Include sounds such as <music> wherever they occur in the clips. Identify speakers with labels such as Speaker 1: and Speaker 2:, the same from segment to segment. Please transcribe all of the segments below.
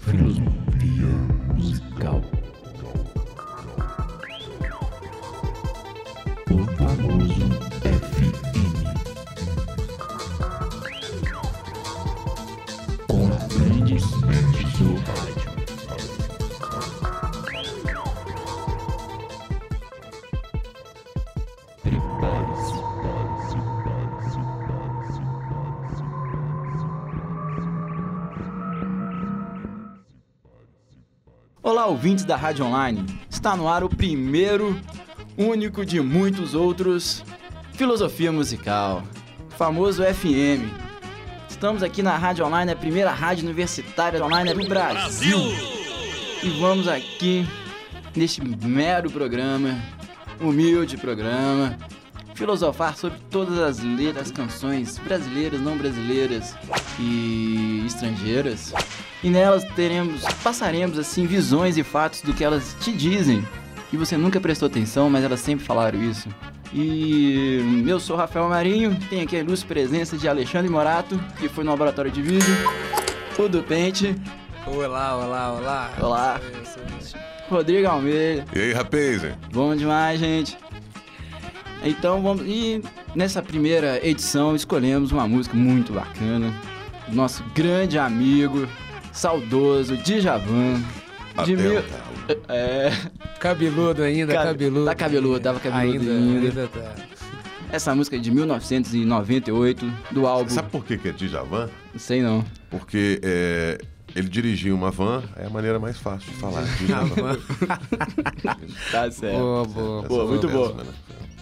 Speaker 1: Filosofia musical. O famoso FM. Com as grandes mentes do rádio. Prepare-se.
Speaker 2: Olá, ouvintes da Rádio Online. Está no ar o primeiro, único de muitos outros, Filosofia Musical, famoso FM. Estamos aqui na Rádio Online, a primeira rádio universitária online do Brasil. E vamos aqui neste mero programa, humilde programa, filosofar sobre todas as letras, canções brasileiras, não brasileiras e estrangeiras. E nelas teremos, passaremos assim visões e fatos do que elas te dizem. E você nunca prestou atenção, mas elas sempre falaram isso. E eu sou Rafael Marinho, tenho aqui a ilustre presença de Alexandre Morato, que foi no laboratório de vídeo, o do Pente,
Speaker 3: Olá, olá, olá.
Speaker 2: Olá.
Speaker 3: Eu sou eu, sou eu.
Speaker 2: Rodrigo Almeida.
Speaker 4: E aí, rapaz?
Speaker 2: Bom demais, gente. Então vamos. E nessa primeira edição escolhemos uma música muito bacana. do Nosso grande amigo, saudoso, Djavan. De mil-
Speaker 4: Abel, tá.
Speaker 2: É,
Speaker 3: Cabeludo ainda,
Speaker 2: Cabe-
Speaker 3: cabeludo.
Speaker 2: tá cabeludo, tava cabeludo ainda.
Speaker 3: Ainda, tá.
Speaker 2: essa música é de 1998, do álbum.
Speaker 4: Sabe por que, que é Djavan?
Speaker 2: Não sei não.
Speaker 4: Porque é, ele dirigia uma van, é a maneira mais fácil de falar.
Speaker 3: Ah,
Speaker 4: Djavan.
Speaker 3: mano.
Speaker 2: Tá certo.
Speaker 3: Boa, boa,
Speaker 4: Essa
Speaker 3: boa,
Speaker 4: foi
Speaker 2: muito
Speaker 4: uma
Speaker 2: boa.
Speaker 4: dessa, né?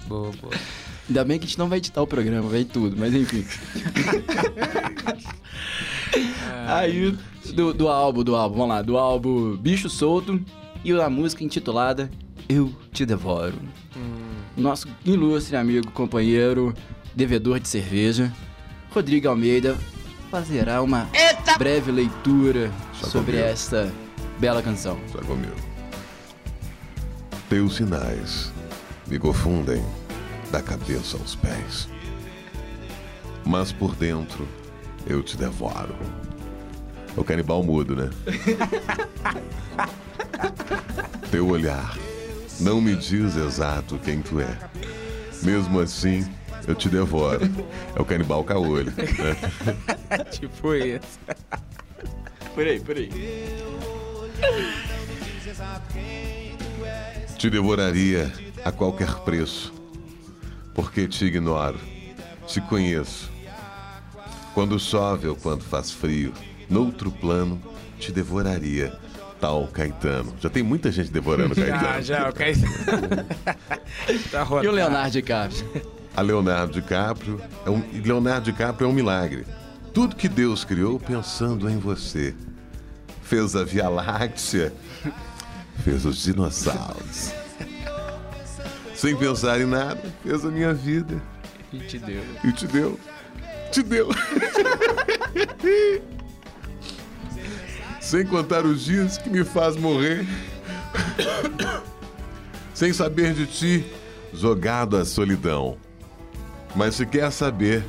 Speaker 3: boa, boa.
Speaker 2: <laughs> Ainda bem que a gente não vai editar o programa, vai tudo, mas enfim. Aí, do, do álbum, do álbum, vamos lá, do álbum Bicho Solto e a música intitulada Eu Te Devoro. Nosso ilustre amigo, companheiro, devedor de cerveja, Rodrigo Almeida, fazerá uma breve leitura
Speaker 4: Só
Speaker 2: sobre
Speaker 4: comigo.
Speaker 2: esta bela canção.
Speaker 4: Só comigo. Teus sinais me confundem da cabeça aos pés. Mas por dentro eu te devoro. É o canibal mudo, né? Teu olhar não me diz exato quem tu é. Mesmo assim, eu te devoro. É o canibal caolho, né?
Speaker 3: Tipo esse.
Speaker 2: Por aí, por aí.
Speaker 4: Te devoraria a qualquer preço, porque te ignoro, te conheço. Quando chove ou quando faz frio, noutro plano, te devoraria, tal Caetano. Já tem muita
Speaker 3: <laughs>
Speaker 4: gente devorando
Speaker 3: Já,
Speaker 4: Caetano.
Speaker 3: Ah, já, o
Speaker 2: <laughs>
Speaker 3: Caetano. tá rodando.
Speaker 2: E o Leonardo DiCaprio?
Speaker 4: A Leonardo DiCaprio é um, e Leonardo DiCaprio é um milagre. Tudo que Deus criou pensando em você. Fez a Via Láctea, fez os dinossauros. Sem pensar em nada, fez a minha vida.
Speaker 3: Gente, deu.
Speaker 4: E te deu. Te deu. Sem contar os dias que me faz morrer. Sem saber de ti, jogado à solidão. Mas se quer saber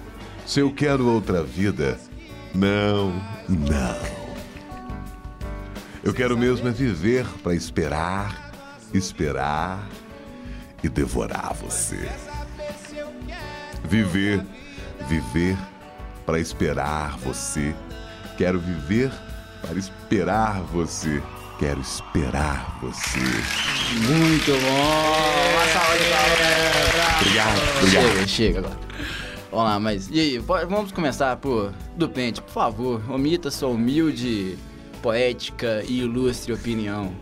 Speaker 4: se eu quero outra vida, não, não. Eu quero mesmo é viver para esperar, esperar e devorar você. Viver, viver para esperar você. Quero viver para esperar você. Quero esperar você.
Speaker 2: Muito bom! Uma salva de palmas!
Speaker 4: Obrigado, obrigado.
Speaker 2: Chega, chega agora. Vamos lá, mas e aí, po- vamos começar por do Pente, por favor, omita sua humilde, poética e ilustre opinião.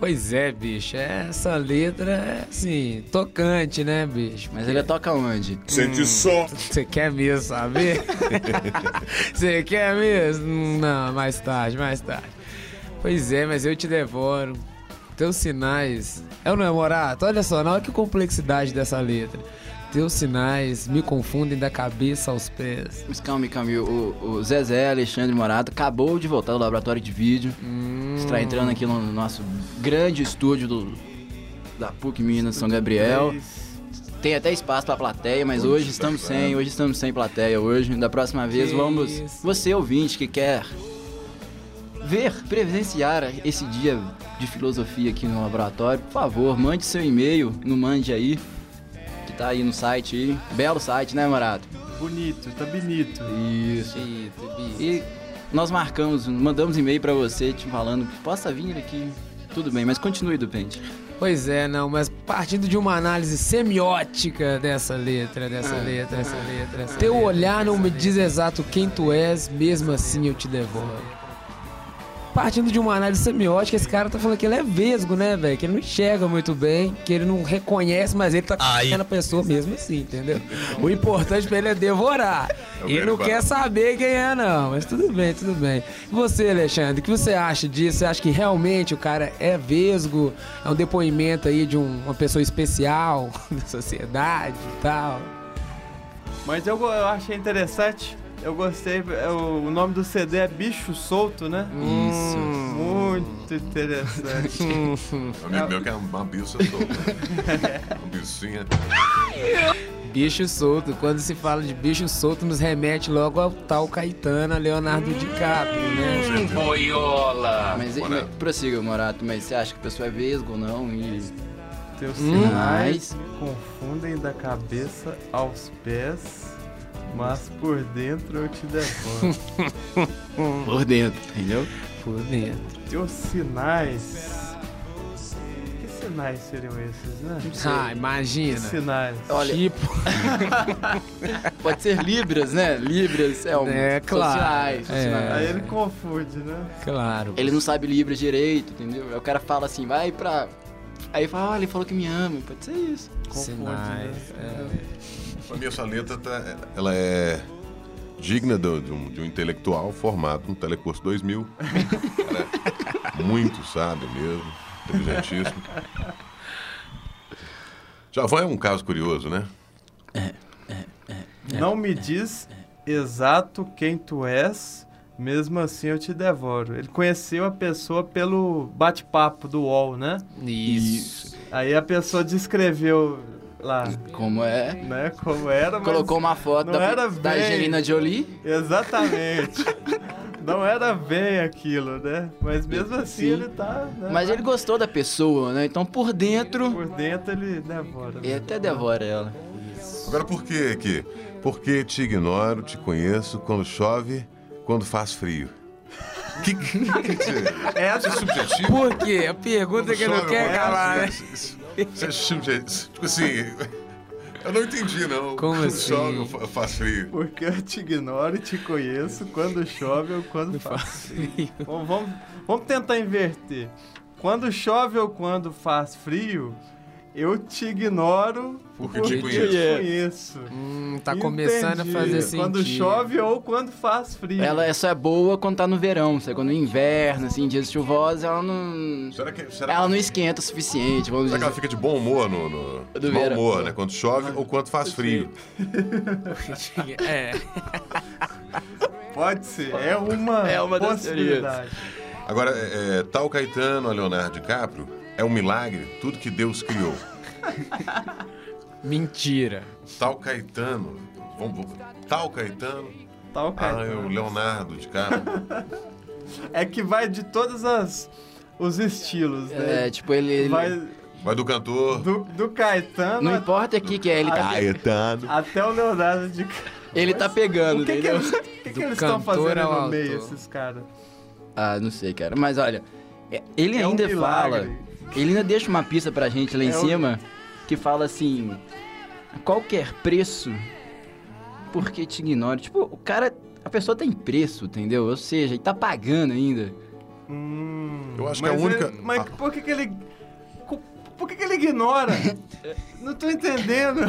Speaker 3: Pois é, bicho. Essa letra é, assim, tocante, né, bicho?
Speaker 2: Mas ele toca onde?
Speaker 3: Você quer mesmo <laughs> saber? Você quer mesmo? Hum, Não, mais tarde, mais tarde. Pois é, mas eu te devoro. Teus sinais. É o namorato? Olha só, na hora que complexidade dessa letra. Teus sinais me confundem da cabeça aos pés.
Speaker 2: Mas calma, calma, o, o Zezé Alexandre Morato acabou de voltar do laboratório de vídeo. Está entrando aqui no nosso grande estúdio do, da PUC Minas São Gabriel. Tem até espaço pra plateia, mas hoje estamos sem, hoje estamos sem plateia hoje. Da próxima vez
Speaker 3: Que
Speaker 2: vamos.
Speaker 3: isso.
Speaker 2: Você ouvinte que quer ver, presenciar esse dia de filosofia aqui no laboratório, por favor, mande seu e-mail no Mande aí, que tá aí no site aí. Belo site, né, Morato?
Speaker 5: Bonito, tá bonito.
Speaker 2: Isso. E nós marcamos, mandamos e-mail pra você te falando que possa vir aqui. Tudo bem, mas continue do pente.
Speaker 3: Pois é, não, mas partindo de uma análise semiótica dessa letra, dessa letra, dessa letra. Ah. Teu olhar não me diz exato quem tu és, mesmo assim eu te devoro. Partindo de uma análise semiótica, esse cara tá falando que ele é vesgo, né, velho? Que ele não enxerga muito bem, que ele não reconhece, mas ele tá conhecendo a pessoa mesmo assim, entendeu? O importante pra ele é devorar.
Speaker 4: o
Speaker 3: Ele não
Speaker 4: verbal.
Speaker 3: quer saber quem é, não, mas tudo bem, tudo bem. E você, Alexandre, o que você acha disso? Você acha que realmente o cara é vesgo? É um depoimento aí de um- uma pessoa especial <laughs> da sociedade e tal?
Speaker 5: Mas eu, go- eu achei interessante. Eu gostei. é o- o nome do CD é Bicho Solto, né?
Speaker 2: Isso.
Speaker 5: Muito interessante.
Speaker 3: Hum.
Speaker 4: Amigo meu que é uma bicha toda. Uma bichinha.
Speaker 3: Bicho solto. Quando se fala de bicho solto, nos remete logo ao tal Caetano, Leonardo DiCaprio, né?
Speaker 2: Mas, mas
Speaker 4: Morato.
Speaker 2: prossiga, Morato, mas você acha que a pessoa é vesgo ou não? E
Speaker 5: Teus
Speaker 3: Hum.
Speaker 5: sinais confundem da cabeça aos pés, mas por dentro eu te devoro.
Speaker 3: <laughs>
Speaker 2: por dentro, entendeu?
Speaker 3: Por dentro.
Speaker 5: Teus sinais. Que sinais seriam esses, né?
Speaker 3: Ah,
Speaker 5: Que
Speaker 3: imagina.
Speaker 5: sinais.
Speaker 2: Olha,
Speaker 3: Tipo,
Speaker 2: pode ser libras, né? Libras é um.
Speaker 3: É, claro.
Speaker 2: Sociais,
Speaker 3: É.
Speaker 2: sociais.
Speaker 5: Aí ele confunde, né?
Speaker 3: claro.
Speaker 2: Ele não sabe Libras direito, entendeu? Aí o cara fala assim, vai pra. Aí fala, olha, ele falou que me ama, pode ser isso.
Speaker 5: Confunde, né?
Speaker 3: Sinais. é.
Speaker 4: Pra mim, essa letra tá, ela é digna do- de, um, de um intelectual formado no Telecurso 2000. Cara, é muito sábio mesmo, inteligentíssimo. Javão é um caso curioso, né?
Speaker 5: Não me diz exato quem tu és, mesmo assim eu te devoro. Ele conheceu a pessoa pelo bate-papo do UOL, né?
Speaker 3: é. Isso.
Speaker 5: Aí a pessoa descreveu lá,
Speaker 2: Como é?
Speaker 5: né, como era, mas...
Speaker 2: Colocou uma foto
Speaker 5: não
Speaker 2: da,
Speaker 5: era
Speaker 2: da
Speaker 5: bem.
Speaker 2: Angelina Jolie.
Speaker 5: Exatamente. Não era bem aquilo, né? Mas mesmo assim
Speaker 2: Sim.
Speaker 5: ele tá... Né?
Speaker 2: Mas ele gostou da pessoa, né? Então por dentro,
Speaker 5: Por dentro ele devora.
Speaker 2: ele até devora ela.
Speaker 4: Agora, por que aqui? Porque te ignoro, te conheço quando chove, quando faz frio. Que, que, que, que
Speaker 5: Essa-
Speaker 4: é subjetivo?
Speaker 3: Por quê? A pergunta que não quer calar, né?
Speaker 4: Isso é subjetivo. Tipo assim, eu não entendi, não.
Speaker 3: Como
Speaker 4: Quando
Speaker 3: assim?
Speaker 4: Chove, eu fa- faço frio.
Speaker 5: Porque eu te ignoro e te conheço quando chove ou quando faz frio. <laughs> Vamos, vamos- vamos tentar inverter. Quando chove ou quando faz frio, eu te ignoro
Speaker 4: Porque te
Speaker 5: eu
Speaker 4: conheço.
Speaker 5: te conheço.
Speaker 3: Hum, tá começando
Speaker 5: Entendi.
Speaker 3: a fazer sentido.
Speaker 5: Quando chove ou quando faz frio.
Speaker 2: Ela é- só é boa quando tá no verão, sabe? Quando é inverno, assim, dias chuvosos, ela não.
Speaker 4: Será que, será,
Speaker 2: Ela não esquenta o suficiente, vamos
Speaker 4: será que ela
Speaker 2: dizer.
Speaker 4: fica de bom humor no. no
Speaker 2: Do
Speaker 4: de mau
Speaker 2: verão.
Speaker 4: humor, né? Quando chove ou quando faz frio.
Speaker 3: É.
Speaker 5: Pode ser. É uma,
Speaker 2: <laughs> É uma das
Speaker 5: possibilidade.
Speaker 4: Agora, é, é, tal Caetano a Leonardo DiCaprio é um milagre, tudo que Deus criou.
Speaker 3: Mentira.
Speaker 4: Tal Caetano. Vamos, vamos- tal Caetano.
Speaker 5: Tal
Speaker 4: Ah, é
Speaker 5: cara.
Speaker 4: o Leonardo DiCaprio.
Speaker 5: É que vai de todos as, os estilos, né?
Speaker 2: É, tipo, ele. ele-
Speaker 5: vai
Speaker 4: Vai do cantor.
Speaker 5: do, do Caetano
Speaker 2: Não importa o que, que é, ele tá,
Speaker 4: Caetano.
Speaker 5: até o Leonardo de
Speaker 2: ele tá pegando,
Speaker 5: O que, que
Speaker 2: entendeu?
Speaker 5: eles, o que
Speaker 3: <laughs>
Speaker 5: que
Speaker 3: Do
Speaker 5: eles estão
Speaker 3: cantor
Speaker 5: fazendo
Speaker 3: ao
Speaker 5: no meio,
Speaker 3: autor.
Speaker 5: esses caras?
Speaker 2: Ah, não sei, cara. Mas olha, é- ele
Speaker 5: É um
Speaker 2: ainda fala.
Speaker 5: milagre.
Speaker 2: Ele ainda deixa uma pista pra gente lá em
Speaker 5: É um-
Speaker 2: cima que fala assim: a qualquer preço, porque te ignore. Tipo, o cara. A pessoa tem preço, entendeu? Ou seja, ele tá pagando ainda.
Speaker 5: Hum,
Speaker 4: Eu acho que a
Speaker 3: é
Speaker 4: única-
Speaker 5: ele- mas
Speaker 4: a-
Speaker 3: Ah.
Speaker 5: por que, que ele. co- Por que, que ele <laughs> ignora? Não tô entendendo.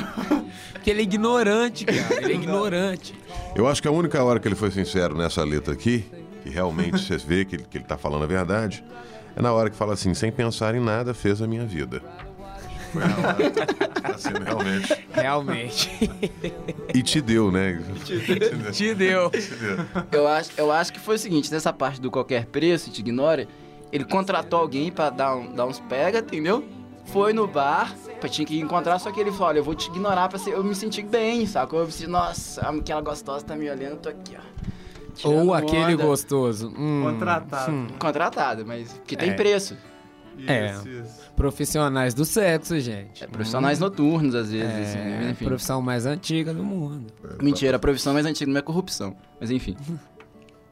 Speaker 3: Porque ele é ignorante, cara. Ele é ignorante.
Speaker 4: Eu acho que a única hora que ele foi sincero nessa letra aqui, que realmente você vê que ele, que ele tá falando a verdade, é na hora que fala assim, sem pensar em nada, fez a minha
Speaker 5: <laughs>
Speaker 4: vida. Foi na hora. Tá sendo realmente.
Speaker 3: Realmente.
Speaker 4: E te deu, né? Te deu.
Speaker 3: Te deu.
Speaker 4: Te deu.
Speaker 2: Eu acho, eu acho que foi o seguinte: nessa parte do qualquer preço, te ignore. Ele contratou alguém pra dar, um- dar uns pega, entendeu? Foi no bar, pra- tinha que encontrar, só que ele falou: Olha, eu vou te ignorar pra ser- eu me sentir bem, sacou? Eu me senti, nossa, aquela gostosa tá me olhando, eu tô aqui, ó. Tirando
Speaker 3: Ou aquele
Speaker 2: onda.
Speaker 3: gostoso. Hum,
Speaker 5: Contratado.
Speaker 3: hum.
Speaker 2: Contratada, mas que tem
Speaker 3: É.
Speaker 2: preço.
Speaker 3: É.
Speaker 5: Isso, isso.
Speaker 3: Profissionais do sexo, gente.
Speaker 2: É, profissionais noturnos, às vezes. assim, né? Mas,
Speaker 3: Hum. É,
Speaker 2: enfim.
Speaker 3: profissão mais antiga do mundo.
Speaker 2: Mentira, a profissão mais antiga não é corrupção. Mas
Speaker 3: <laughs>
Speaker 2: enfim,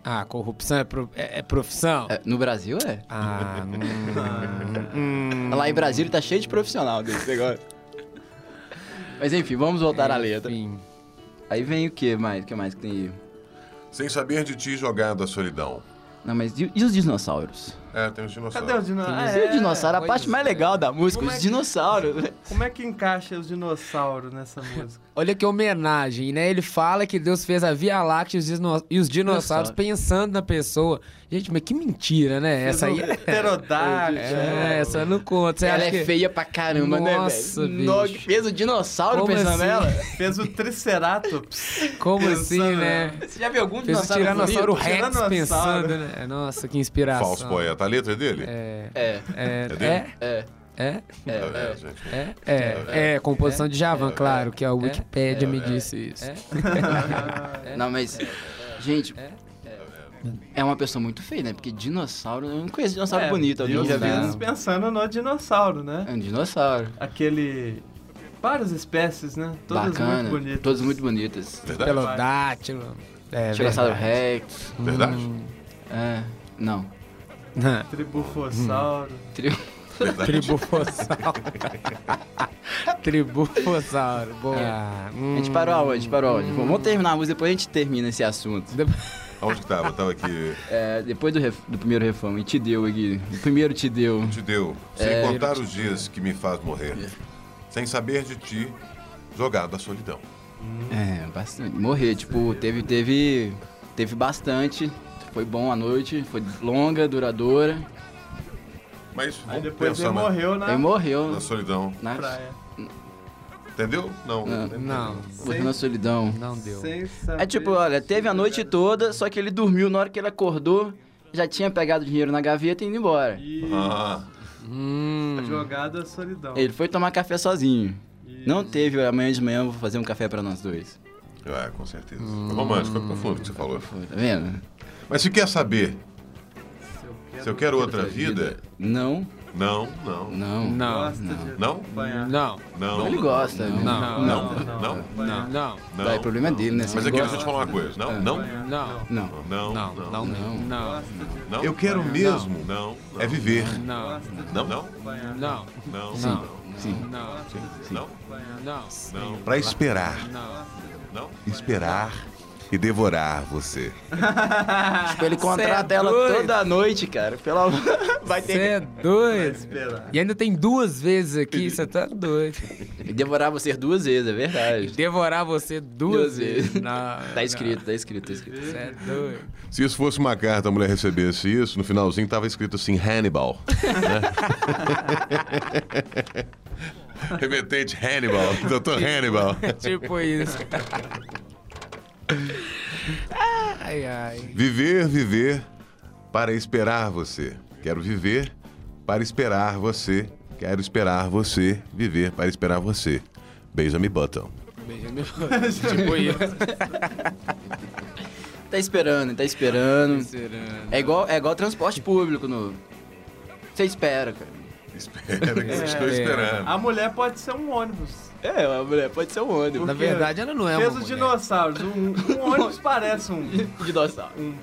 Speaker 3: Ah, corrupção é, pro- é- é profissão?
Speaker 2: é, no Brasil é.
Speaker 3: <laughs> Ah, hum, hum.
Speaker 2: Lá em Brasília tá cheio de profissional desse
Speaker 3: <laughs>
Speaker 2: negócio. Mas enfim, vamos voltar à letra.
Speaker 3: Enfim.
Speaker 2: Aí vem o que mais? O que mais que tem aí?
Speaker 4: Sem saber de ti, jogado à solidão.
Speaker 2: Não, mas e, e os dinossauros?
Speaker 4: É, tem os dinossauros.
Speaker 5: Cadê é, os dinossauros?
Speaker 2: Mas e o dinossauro? A
Speaker 3: Ah, pois
Speaker 2: parte mais
Speaker 3: é.
Speaker 2: legal da música,
Speaker 5: Como
Speaker 2: os
Speaker 5: é que-
Speaker 2: dinossauros. né?
Speaker 5: Como é que encaixa os dinossauros nessa música?
Speaker 3: Olha que homenagem, né? Ele fala que Deus fez a Via Láctea e os, disno- e os dinossauros
Speaker 2: Dinossauro.
Speaker 3: pensando na pessoa. Gente, mas que mentira, né?
Speaker 2: <laughs>
Speaker 3: Essa aí é...
Speaker 5: um Pterodáctilo.
Speaker 3: É, essa eu não conta. Você
Speaker 2: né? Ela
Speaker 3: acha
Speaker 2: é
Speaker 3: que...
Speaker 2: feia pra caramba,
Speaker 3: Nossa,
Speaker 2: né, velho? No-
Speaker 3: bicho.
Speaker 2: Fez o dinossauro
Speaker 3: Como
Speaker 2: pensando
Speaker 3: assim?
Speaker 2: nela.
Speaker 5: Fez o <laughs> Triceratops.
Speaker 3: Como assim,
Speaker 5: Pensando,
Speaker 3: né?
Speaker 2: <laughs> Você já viu algum
Speaker 3: Fez o
Speaker 2: dinossauro
Speaker 3: Tiranossauro
Speaker 2: bonito?
Speaker 3: Rex
Speaker 5: Tiranossauro.
Speaker 3: pensando, né? Nossa, que inspiração.
Speaker 4: Falso poeta. A letra é dele? É.
Speaker 2: É,
Speaker 3: É,
Speaker 4: É dele?
Speaker 2: é,
Speaker 3: é, é,
Speaker 2: é.
Speaker 4: é,
Speaker 2: é.
Speaker 4: gente.
Speaker 3: é, é, é, composição de Javan, claro, que a
Speaker 2: É,
Speaker 3: Wikipédia me disse isso.
Speaker 2: Não, mas. Gente. É uma pessoa muito feia, né? Porque dinossauro. Eu não conheço dinossauro
Speaker 5: É,
Speaker 2: bonito. Alguém
Speaker 5: Deus
Speaker 2: já viu?
Speaker 5: fez pensando no dinossauro, né?
Speaker 2: É um dinossauro.
Speaker 5: Aquele... Várias espécies, né? Todas
Speaker 2: Bacana.
Speaker 5: muito bonitas.
Speaker 2: Todas muito bonitas.
Speaker 4: Verdade?
Speaker 3: Pelodátilo. É,
Speaker 2: Tiranossauro
Speaker 3: verdade.
Speaker 2: Rex.
Speaker 4: Verdade?
Speaker 5: Hum,
Speaker 2: É. Não.
Speaker 3: Não,
Speaker 5: Tribufossauro.
Speaker 2: Tri-
Speaker 3: Tribufossauro. Tribufossauro. Boa. Hum,
Speaker 2: A gente parou aonde? A gente parou aonde? Bom, vamos terminar a música, depois a gente termina esse assunto.
Speaker 4: Onde que tava? Tava aqui.
Speaker 2: É, depois do, ref- do primeiro refrão, e te deu aqui. O primeiro te deu.
Speaker 4: Te deu. Sem contar os dias que me faz morrer. Sem saber de ti, jogado à solidão.
Speaker 2: É, bastante. Morrer, tipo, teve, teve, teve bastante. Foi bom a noite, foi longa, duradoura.
Speaker 4: Mas
Speaker 5: Aí
Speaker 4: vamos
Speaker 5: depois
Speaker 4: pensar
Speaker 5: ele
Speaker 4: na-
Speaker 5: morreu na
Speaker 2: Aí morreu né?
Speaker 4: na solidão.
Speaker 2: na,
Speaker 5: praia.
Speaker 4: Entendeu? Não.
Speaker 2: Não.
Speaker 3: Não,
Speaker 2: morreu na solidão.
Speaker 3: não deu.
Speaker 5: Sem saber.
Speaker 2: É tipo, olha, teve a noite toda, só que ele dormiu. Na hora que ele acordou, já tinha pegado o dinheiro na gaveta e indo embora.
Speaker 5: E
Speaker 4: Ah,
Speaker 3: Hum.
Speaker 5: jogada à solidão.
Speaker 2: Ele foi tomar café sozinho.
Speaker 5: E-
Speaker 2: Não teve, amanhã de manhã eu vou fazer um café pra nós dois.
Speaker 4: é, com certeza. Foi romântico, foi profundo o que você falou.
Speaker 2: Pô, tá vendo?
Speaker 4: Mas se quer saber
Speaker 5: Se eu quero,
Speaker 4: se eu quero outra vida,
Speaker 2: Não,
Speaker 4: não, não,
Speaker 2: não.
Speaker 3: Não.
Speaker 5: gosto de
Speaker 4: Não?
Speaker 5: acompanhar.
Speaker 3: Não.
Speaker 4: não.
Speaker 2: Ele gosta. né?
Speaker 3: Não.
Speaker 5: Não,
Speaker 4: Não, não, não.
Speaker 3: Não. Não.
Speaker 2: Tá, O problema é dele, né? Se
Speaker 4: Mas
Speaker 2: ele
Speaker 4: aqui,
Speaker 2: gosta-
Speaker 4: deixa eu te falar uma coisa. Não, não, não,
Speaker 3: Não.
Speaker 2: Não.
Speaker 4: não,
Speaker 3: Não. Não. Não. Não.
Speaker 4: não. Eu quero mesmo. Não. É viver.
Speaker 3: Não.
Speaker 4: Não, não,
Speaker 3: Não.
Speaker 4: não,
Speaker 3: Sim.
Speaker 4: não,
Speaker 3: Não.
Speaker 4: não,
Speaker 3: Não.
Speaker 4: não. Pra esperar.
Speaker 3: Não.
Speaker 4: Não. Esperar e devorar você.
Speaker 2: Tipo, ele contrata
Speaker 3: Cê é
Speaker 2: ela
Speaker 3: doido.
Speaker 2: toda noite, cara. Pelo amor. Vai
Speaker 3: Você
Speaker 2: ter.
Speaker 3: é doido.
Speaker 5: Esperar.
Speaker 3: E ainda tem duas vezes aqui, você tá doido.
Speaker 2: que Devorar vocês duas vezes, é verdade.
Speaker 3: Devorar você
Speaker 2: Duas
Speaker 3: duas vezes.
Speaker 2: vezes.
Speaker 3: Não,
Speaker 2: Tá escrito, tá escrito, tá escrito.
Speaker 3: Você é doido.
Speaker 4: Se isso fosse uma carta, a mulher recebesse isso, no finalzinho tava escrito assim, Hannibal. né? Remetente Hannibal, doutor Hannibal.
Speaker 3: Tipo isso. ai, ai.
Speaker 4: Viver, viver para esperar você. Quero viver para esperar você. Quero esperar você. Viver para esperar você. Benjamin Button.
Speaker 3: Benjamin <laughs>
Speaker 5: <laughs>
Speaker 3: Tipo isso.
Speaker 2: Tá esperando, tá esperando. É igual, é igual transporte público no. Você espera, cara.
Speaker 4: Espera que eu <laughs> estou
Speaker 3: É.
Speaker 4: esperando.
Speaker 5: A mulher pode ser um ônibus.
Speaker 2: É, a mulher pode ser um ônibus. <laughs>
Speaker 3: Na verdade, ela não é
Speaker 5: Fez
Speaker 3: uma
Speaker 5: os
Speaker 3: mulher.
Speaker 5: dinossauros. Um, um ônibus parece um,
Speaker 2: Dinossauro.
Speaker 5: um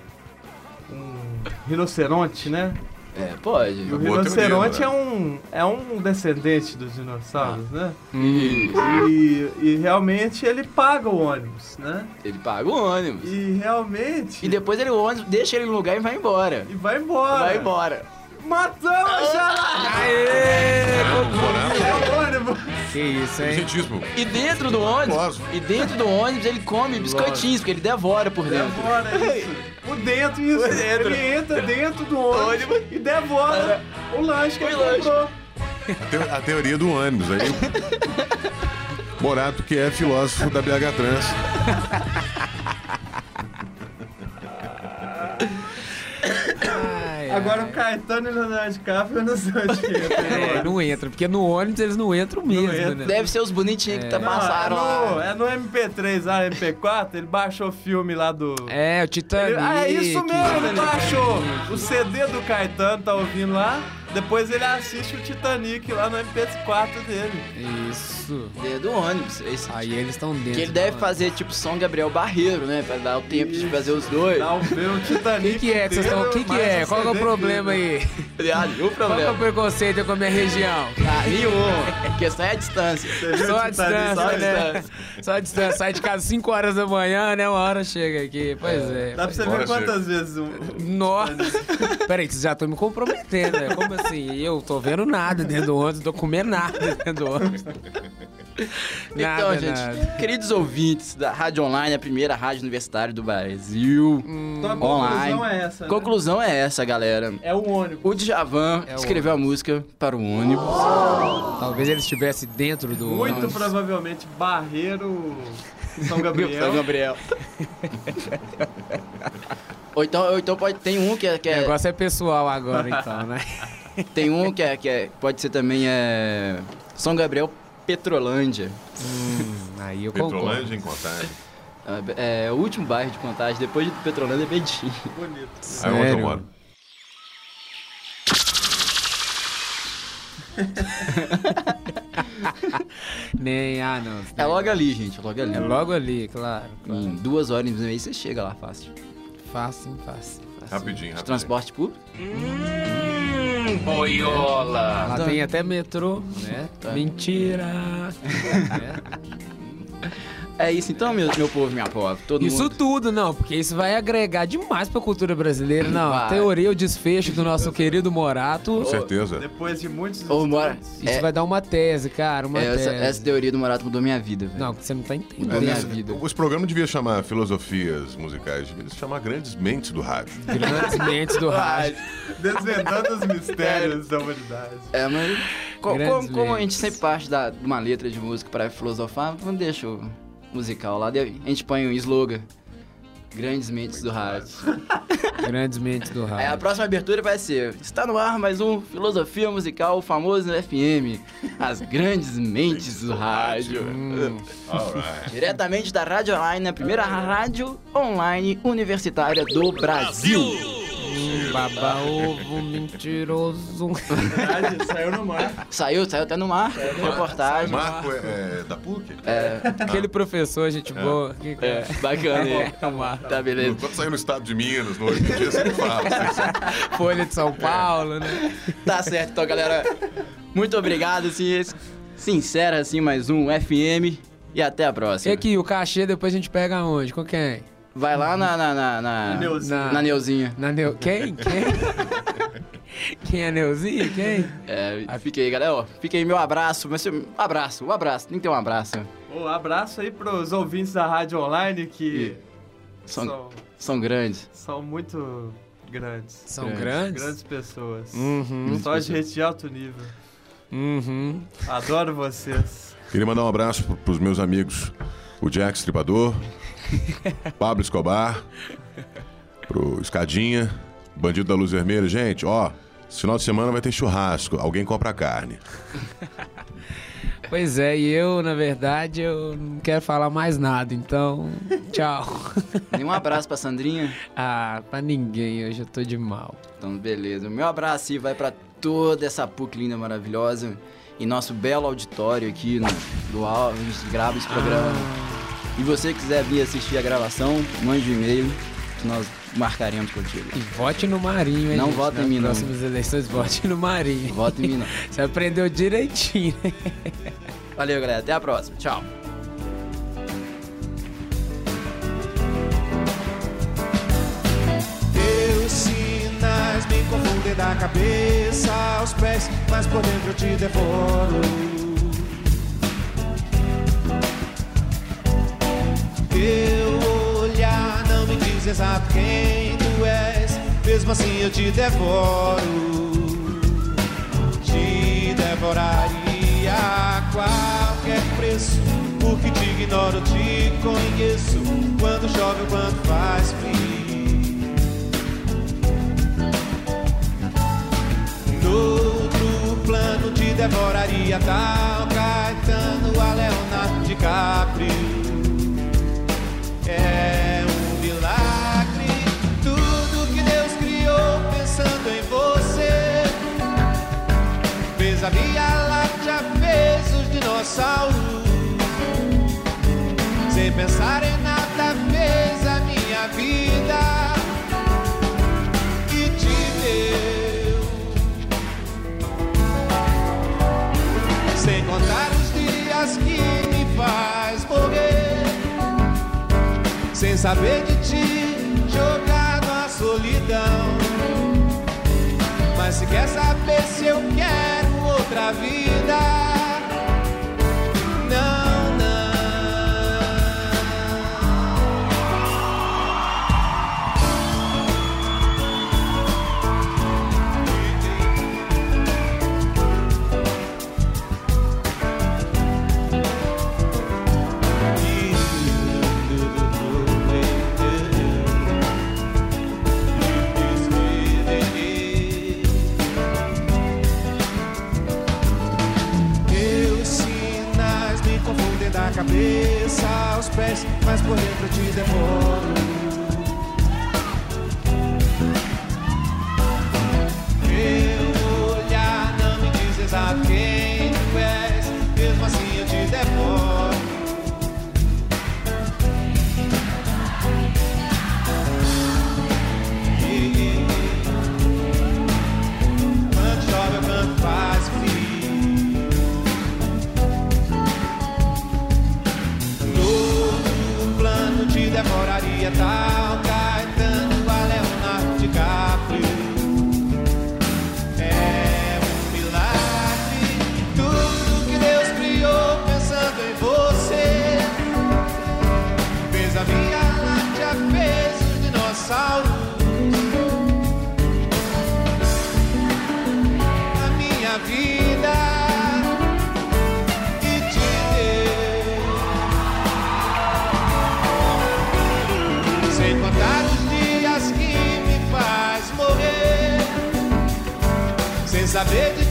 Speaker 5: rinoceronte, né?
Speaker 2: É, pode.
Speaker 5: E o
Speaker 4: boa
Speaker 5: rinoceronte
Speaker 4: teoria, né?
Speaker 5: é um, é um descendente dos dinossauros,
Speaker 4: Ah.
Speaker 5: né?
Speaker 2: E
Speaker 5: E, e realmente ele paga o ônibus, né?
Speaker 2: ele paga o ônibus.
Speaker 5: E realmente.
Speaker 2: E depois ele o ônibus, deixa ele no lugar e vai embora.
Speaker 5: e vai embora.
Speaker 2: Vai embora. Ah!
Speaker 5: Matamos já!
Speaker 4: Moral,
Speaker 5: o ônibus!
Speaker 3: Que isso, hein?
Speaker 4: Gentismo.
Speaker 2: E dentro do ônibus,
Speaker 4: Lógico.
Speaker 2: e dentro do ônibus ele come biscoitinhos, porque ele devora por
Speaker 5: Vai
Speaker 2: dentro.
Speaker 5: embora, é isso. O dentro, isso.
Speaker 2: dentro.
Speaker 5: Ele entra dentro do ônibus, e devora o lanche que
Speaker 2: O
Speaker 5: ele
Speaker 2: lanche.
Speaker 5: comprou.
Speaker 4: A, teo- a teoria do ônibus aí. Morato, que é filósofo da BH Trans.
Speaker 3: Ai,
Speaker 5: Agora o Caetano e o Leonardo DiCaprio, eu não sei onde que entra.
Speaker 3: É, não entra, porque no ônibus eles não entram mesmo,
Speaker 5: entra.
Speaker 3: né?
Speaker 2: Deve ser os bonitinhos que tá
Speaker 5: Não,
Speaker 2: passaram
Speaker 5: é no,
Speaker 2: lá.
Speaker 5: é no MP3 lá, MP4, ele baixou o filme lá do...
Speaker 3: É, o Titanic.
Speaker 5: Ele- ah, é isso mesmo, ele baixou o CD do Caetano, tá ouvindo lá. Depois ele assiste o Titanic lá no MP4 dele.
Speaker 3: Isso.
Speaker 2: É Do ônibus. Esse,
Speaker 3: Aí eles estão dentro.
Speaker 2: que ele
Speaker 3: mano.
Speaker 2: deve fazer tipo São Gabriel Barreiro, né? Pra dar o tempo de fazer os dois.
Speaker 5: Dá o meu Titanic um
Speaker 3: O que é que vocês estão. O que, que é? Qual que é o problema aí?
Speaker 2: Aliou Tá o
Speaker 3: Qual que é o
Speaker 2: problema.
Speaker 3: preconceito com a minha região?
Speaker 2: Ah, nenhum. A questão é a distância.
Speaker 3: Só
Speaker 2: Só
Speaker 3: a
Speaker 5: Tá
Speaker 2: a
Speaker 3: distância, né?
Speaker 2: distância.
Speaker 3: Só a distância. Sai de casa 5 horas da manhã, né? Uma hora chega aqui. Pois é.
Speaker 5: Dá pra você
Speaker 4: Bora,
Speaker 5: ver quantas vezes um,
Speaker 3: Nossa! Peraí, vocês já estão me comprometendo, né? Como assim? Eu tô vendo nada dentro do ônibus, não tô comendo nada dentro do ônibus. Nada,
Speaker 2: Então, gente,
Speaker 3: nada.
Speaker 2: queridos ouvintes da Rádio Online, a primeira rádio universitária do Brasil.
Speaker 3: Hum.
Speaker 5: Então a
Speaker 2: Online.
Speaker 5: conclusão é essa, né?
Speaker 2: Conclusão é essa, galera.
Speaker 5: É o ônibus.
Speaker 2: O Djavan
Speaker 3: É o
Speaker 2: escreveu a música para o ônibus.
Speaker 3: Talvez ele estivesse dentro do
Speaker 5: Muito
Speaker 3: ônibus.
Speaker 5: provavelmente Barreiro São Gabriel.
Speaker 2: São
Speaker 3: <laughs>
Speaker 2: Gabriel. ou então, ou então pode, tem um que é, que
Speaker 3: O
Speaker 2: é-
Speaker 3: negócio é pessoal agora, então, né?
Speaker 2: tem um que é, que é- pode ser também é São Gabriel Petrolândia.
Speaker 3: Hum, aí eu concordo.
Speaker 4: Petrolândia em contagem.
Speaker 2: É, é o último bairro de Contagem, depois de Petrolândia é Betim.
Speaker 5: Bonito.
Speaker 4: Aí onde eu
Speaker 3: Sério?
Speaker 4: moro.
Speaker 3: Nem, ah, não.
Speaker 2: É logo ali, gente, é logo ali.
Speaker 3: É logo ali, claro. claro.
Speaker 2: Em duas horas e meia você chega lá fácil.
Speaker 3: Fácil, fácil.
Speaker 4: Rapidinho,
Speaker 2: De
Speaker 4: rapidinho.
Speaker 2: transporte público.
Speaker 3: Lá
Speaker 2: Tá.
Speaker 3: tem até metrô, né?
Speaker 2: Tá.
Speaker 3: Mentira!
Speaker 2: É isso então, meu, meu povo, minha pobre. Todo
Speaker 3: Isso
Speaker 2: mundo.
Speaker 3: tudo, não, porque isso vai agregar demais pra cultura brasileira. Não, a
Speaker 2: Vai.
Speaker 3: teoria, o desfecho do nosso querido Morato.
Speaker 4: Com certeza.
Speaker 5: Depois de muitos
Speaker 2: Ô, bora.
Speaker 5: estudos.
Speaker 3: Isso
Speaker 2: É-
Speaker 3: vai dar uma tese, cara, uma
Speaker 2: é,
Speaker 3: tese.
Speaker 2: essa, essa teoria do Morato mudou minha vida, velho.
Speaker 3: Não, que você não tá
Speaker 4: É,
Speaker 3: entendendo.
Speaker 2: Minha
Speaker 4: nesse-
Speaker 2: vida.
Speaker 4: Os programas deviam chamar filosofias musicais, deviam se chamar grandes mentes do rádio.
Speaker 3: Grandes mentes do rádio.
Speaker 5: Desvendando os mistérios da humanidade.
Speaker 2: É, mas. co-
Speaker 3: Grandes
Speaker 2: como, como a gente
Speaker 3: mentes.
Speaker 2: sempre parte da- de uma letra de música pra filosofar, vamos deixar o musical lá. daí A gente põe um slogan. Grandes mentes do rádio.
Speaker 3: Grandes mentes do
Speaker 2: Aí É a
Speaker 3: rádio.
Speaker 2: próxima abertura vai ser: Está no ar mais um Filosofia Musical, o famoso FM. As grandes mentes do rádio.
Speaker 3: Hum,
Speaker 4: Alright.
Speaker 2: Diretamente da Rádio Online, a primeira rádio online universitária do Brasil.
Speaker 3: baba
Speaker 2: <laughs>
Speaker 3: ovo mentiroso.
Speaker 5: Verdade, saiu no mar.
Speaker 2: Saiu, saiu até no mar, reportagem.
Speaker 4: Marco é, é da PUC?
Speaker 3: Aquele professor, gente boa. que-
Speaker 2: <laughs> É, bacana. hein? Tá, beleza.
Speaker 4: É, Quando saiu no estado de Minas, no outro dia, você me fala. Você sabe.
Speaker 3: Folha de
Speaker 2: É.
Speaker 3: São Paulo,
Speaker 2: <laughs>
Speaker 3: né?
Speaker 2: Tá certo, então, galera. Muito obrigado, assim, sincero, assim, mais um FM. E até a
Speaker 3: E
Speaker 2: próxima.
Speaker 3: aqui, o cachê depois a gente pega aonde? Com quem?
Speaker 2: Vai lá na. Na, na, na,
Speaker 5: Neuzinha.
Speaker 2: na Neuzinha.
Speaker 3: Na Neu...
Speaker 2: <laughs>
Speaker 3: Quem? Quem? Quem é Neuzinho? Quem?
Speaker 2: É, fica aí, galera. Ó, fica aí, meu abraço. Mas, um abraço, um abraço. Tem que ter um abraço.
Speaker 5: Um abraço aí pros ouvintes da rádio online que
Speaker 2: São,
Speaker 5: são,
Speaker 2: são grandes.
Speaker 5: são muito grandes.
Speaker 3: São
Speaker 2: Grandes.
Speaker 3: grandes?
Speaker 5: Grandes pessoas.
Speaker 3: Uhum.
Speaker 5: Só gente de alto nível.
Speaker 3: Uhum.
Speaker 5: Adoro vocês.
Speaker 4: Queria mandar um abraço pro- pros meus amigos, o Jack Stripador, Pablo Escobar, pro Escadinha, Bandido da Luz Vermelha. Gente, ó, esse final de semana vai ter churrasco, alguém compra carne.
Speaker 3: Pois é, e eu, na verdade, eu não quero falar mais nada, então. Tchau. <laughs>
Speaker 2: Tem um abraço pra Sandrinha.
Speaker 3: ah, pra ninguém, hoje eu tô de mal.
Speaker 2: Então, beleza. O meu abraço aí vai pra toda essa PUC linda, maravilhosa. E nosso belo auditório aqui no, do Al- a gente grava esse programa. E você quiser vir assistir a gravação, mande um e-mail que nós marcaremos contigo.
Speaker 3: E vote no Marinho, hein?
Speaker 2: Não
Speaker 3: gente?
Speaker 2: vota em
Speaker 3: Nas
Speaker 2: mim, não.
Speaker 3: próximas eleições, vote no Marinho.
Speaker 2: Vota em mim, não.
Speaker 3: Você aprendeu direitinho, né?
Speaker 2: Valeu, galera. Até a próxima. Tchau.
Speaker 6: Teus sinais me confundem da cabeça aos pés, mas por dentro eu te devoro. Teu olhar não me diz exato quem tu és, mesmo assim eu te devoro. Te devoraria a qualquer preço, porque te ignoro, te conheço. Quando chove, ou quando faz frio. devoraria tal Caetano a Leonardo DiCaprio. É um milagre tudo que Deus criou pensando em você. Fez a Via Láctea, fez os dinossauros. Sem pensar em nada, fez a minha vida. E te deu Sem contar os dias que me faz morrer Sem saber de ti jogado à solidão Mas se quer saber se eu quero outra vida Não, não Meus sinais me confundem da cabeça aos pés, mas por dentro eu te devoro. Meu olhar não me diz exato quem tu és, mesmo assim eu te devoro. Quando chove, eu canto, faz frio. Todo plano te devoraria tal Caetano a Leonardo DiCaprio É um milagre Tudo que Deus criou pensando em você Fez a Via Láctea, fez os dinossauros A minha vida e te deu Sem contar os dias que me faz morrer Sem saber de é é é É é é